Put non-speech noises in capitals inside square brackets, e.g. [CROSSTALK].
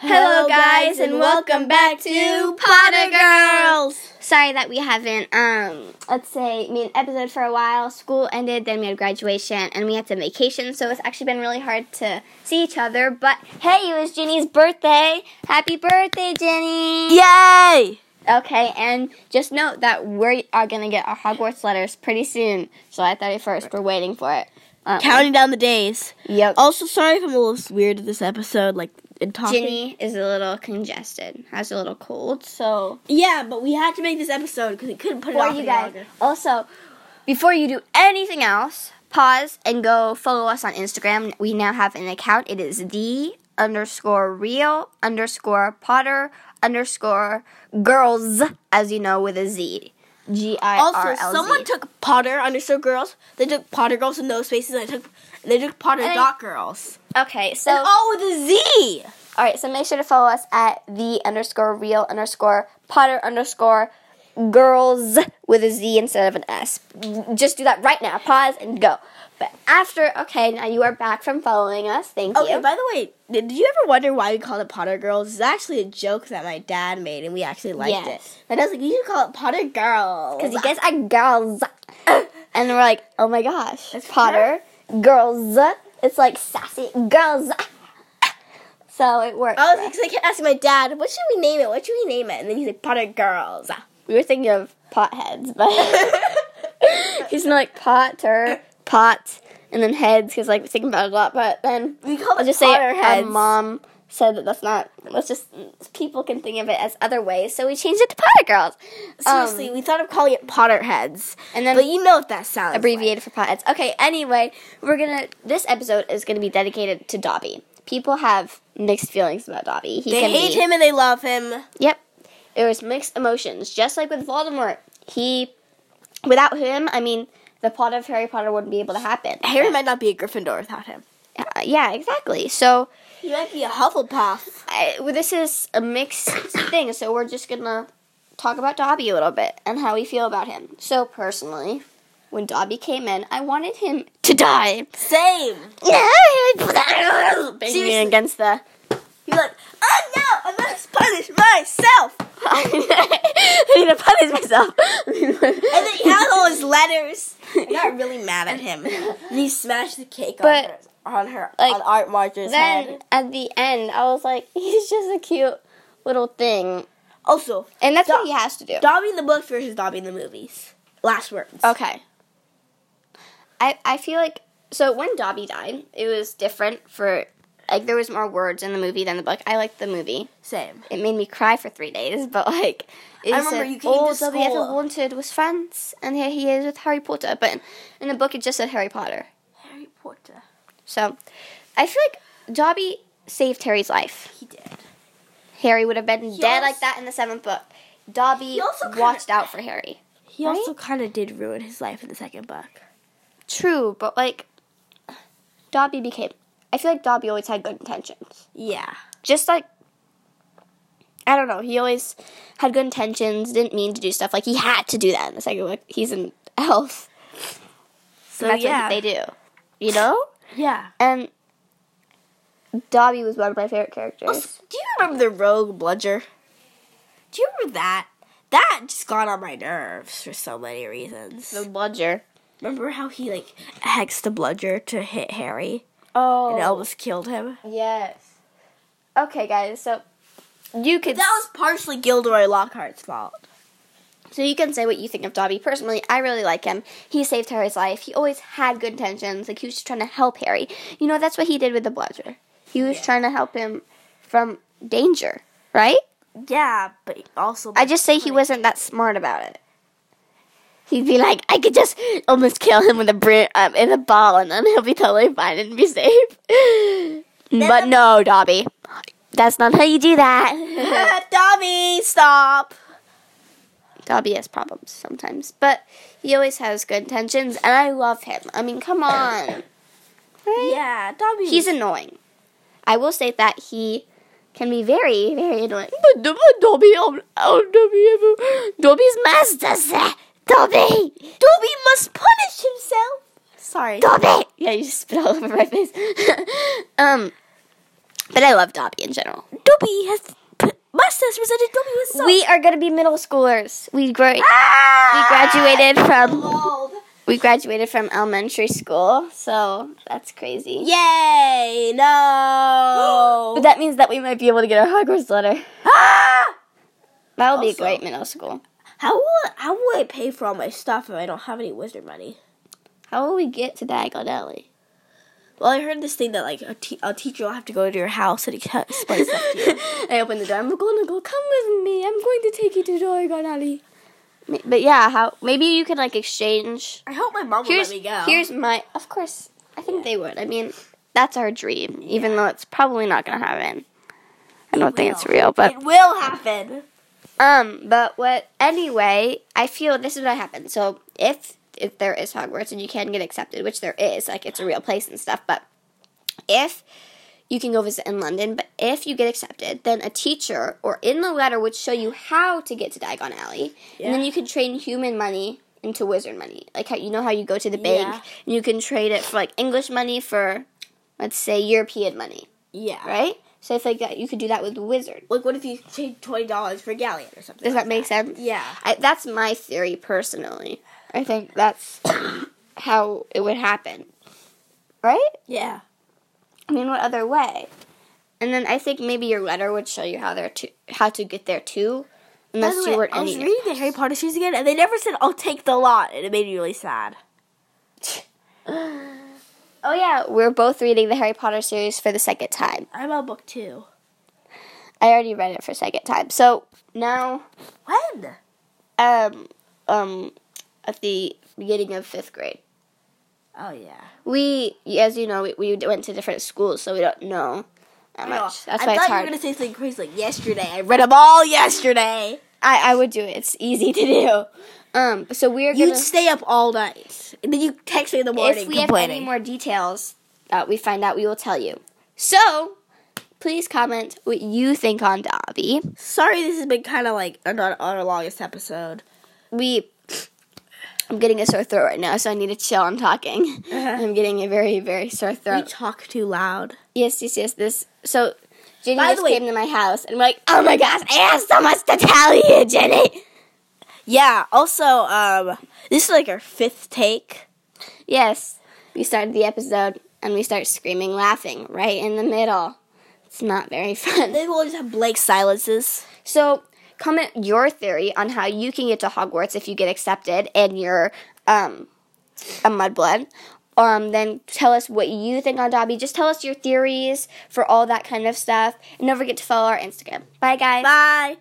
Hello, guys, and welcome back to Potter Girls. Sorry that we haven't, um, let's say, made an episode for a while. School ended, then we had graduation, and we had some vacation, so it's actually been really hard to see each other. But hey, it was Ginny's birthday. Happy birthday, Ginny! Yay! Okay, and just note that we are gonna get our Hogwarts letters pretty soon, July 31st. We're waiting for it. Um, Counting down the days. Yep. Also, sorry if I'm a little weird this episode, like in talking. Ginny is a little congested, has a little cold, so Yeah, but we had to make this episode because we couldn't put it for off you any guys. longer. Also, before you do anything else, pause and go follow us on Instagram. We now have an account. It is the underscore real underscore Potter underscore girls, as you know, with a Z. G I R Also, L Z. someone took Potter underscore girls. They took Potter girls in those spaces. And they took they took Potter And- dot girls. okay, so and all with a Z. All right, so make sure to follow us at the underscore real underscore Potter underscore girls with a Z instead of an S. Just do that right now. Pause and go. But after, okay, now you are back from following us. Thank Okay. you. By the way, did, did you ever wonder why we called it Potter girls? It's actually a joke that my dad made, and we actually Yes. liked it. And I was like, you should call it Potter girls. Because you guys are [LAUGHS] girls. and we're like, oh my gosh. That's Potter, girls. It's like sassy girls. so it worked. I was because I kept asking my dad, "What should we name it? What should we name it?" And then he's like, "Potter girls." We were thinking of potheads, but [LAUGHS] he's not like Potter, pot, and then heads because like we're thinking about it a lot. But then We call I'll it just say Potter our heads. Um, mom said that that's not. Let's just people can think of it as other ways, so we changed it to Potter girls. Um, Seriously, we thought of calling it Potter heads, and but then you know what that sounds abbreviated for potheads. Okay, anyway, we're gonna. This episode is gonna be dedicated to Dobby. People have mixed feelings about Dobby. He Like. They can hate be- him and they love him. Yep. It was mixed emotions, just like with Voldemort. He, without him, I mean, the plot of Harry Potter wouldn't be able to happen. Harry might not be a Gryffindor without him. Uh, yeah, exactly. So He might be a Hufflepuff. I, well, this is a mixed [COUGHS] thing. So we're just gonna talk about Dobby a little bit and how we feel about him. So personally, when Dobby came in, I wanted him to die. Same. Seriously. against the [LAUGHS] He's like, "Oh no, I must punish myself." I need to punish [LAUGHS] myself. And then he has all his letters. I got really mad at him. And he smashed the cake But, on her, on her, like, on Art Marjorie's then head. at the end, I was like, [LAUGHS] he's just a cute little thing, Also, and that's what Do- he has to do. Dobby in the books versus Dobby in the movies. Last words. Okay. I I feel like so when Dobby died, it was different for like there was more words in the movie than the book. I liked the movie. Same. It made me cry for three days, [LAUGHS] but like it I said, remember you came all to Dobby ever school." wanted was friends, and here he is with Harry Potter. But in, in the book, it just said Harry Potter. Harry Potter. So I feel like Dobby saved Harry's life. He did. Harry would have been dead als- like that in the seventh book. Dobby also kinda- watched out for Harry. He also kind of did ruin his life in the second book. True, but like, Dobby became. I feel like Dobby always had good intentions. Yeah. Just like, I don't know, he always had good intentions, didn't mean to do stuff. Like, he had to do that in the second book. He's an elf. So and that's what yeah. they do. You know? Yeah. And Dobby was one of my favorite characters. do you remember the rogue bludger? Do you remember that? That just got on my nerves for so many reasons. The bludger. Remember how he like hexed the bludger to hit Harry Oh. and almost killed him? Yes. Okay, guys. So you could That was partially Gilderoy Lockhart's fault. so you can say what you think of Dobby. Personally, I really like him. He saved Harry's life. He always had good intentions. Like he was just trying to help Harry. You know, that's what he did with the bludger. He was trying to help him from danger, right? Yeah, but also I just say he wasn't that smart about it. He'd be like, I could just almost kill him with a bri- um, in a ball, and then he'll be totally fine and be safe. [LAUGHS] but I'm- no, Dobby, that's not how you do [LAUGHS] that. Dobby, stop. Dobby has problems sometimes, but he always has good intentions, and I love him. I mean, come on. Right? Yeah, Dobby. He's annoying. I will say that he can be very, very annoying. But, Do- but Dobby, um, um, Dobby, um, Dobby's master, sir. Dobby! Dobby must punish himself. Sorry. Dobby! Yeah, you just spit all over my face. [LAUGHS] um, But I love Dobby in general. Dobby has p- mustache presented Dobby with socks. We are gonna be middle schoolers. We gra- Ah! we graduated from we graduated from elementary school, so that's crazy. Yay! [GASPS] No. But that means that we might be able to get our Hogwarts letter. Ah! That would be a Also- great middle school. How will how will I pay for all my stuff if I don't have any wizard money? How will we get to Diagon Alley? Well, I heard this thing that like a, te- a teacher will have to go to your house and explain stuff to you. [LAUGHS] I open the door. I'm gonna go. Come with me. I'm going to take you to Diagon Alley. Ma- But yeah, how? Maybe you could like exchange. I hope my mom will Here's let me go. here's my. Of course, I think they would. I mean, that's our dream, even though it's probably not gonna happen. I don't think it's will. real, but it will happen. um, but what? Anyway, I feel this is what happened. So if if there is Hogwarts and you can get accepted, which there is, like it's a real place and stuff, but if you can go visit in London, but if you get accepted, then a teacher or in the letter would show you how to get to Diagon Alley, and then Yeah. you could train human money into wizard money. Like how you know how you go to the bank Yeah. and you can trade it for like English money for, let's say European money, Yeah. right? So I feel like that you could do that with wizard. Like, what if you paid twenty dollars for galleon or something? Does like that make sense? Yeah. I, that's my theory personally. I think that's [COUGHS] how it would happen. Right? Yeah. I mean, what other way? And then I think maybe your letter would show you how there to how to get there too, unless By the you way, weren't I in was either. reading the Harry Potter series again, and they never said I'll take the lot, and it made me really sad. Oh yeah, we're both reading the Harry Potter series for the second time. I'm on book two. I already read it for second time, so now When? um um at the beginning of fifth grade. Oh yeah. We, as you know, we, we went to different schools, so we don't know that much. That's I why thought it's you hard. were gonna say something crazy like yesterday. I read them all yesterday. I, I would do it. It's easy to do. Um, so we're gonna. You'd stay up all night, and then you text me in the morning if we have any complaining. more details that we find out, we will tell you. So, please comment what you think on Dobby. Sorry, this has been kind of like our, not our longest episode. We, I'm getting a sore throat right now, so I need to chill. I'm talking. Uh-huh. I'm getting a very, very sore We throat. talk too loud. yes, yes, yes. This so. Jenny By the just way- came to my house and we're like, oh my gosh, I have so much to tell you, Jenny. Yeah. Also, um, this is like our fifth take. Yes, we started the episode and we start screaming, laughing right in the middle. It's not very [LAUGHS] fun. Maybe we'll just have blank silences. So comment your theory on how you can get to Hogwarts if you get accepted and you're um, a mudblood. Um, then tell us what you think on Dobby. Just tell us your theories for all that kind of stuff. And don't forget to follow our Instagram. Bye, guys. Bye.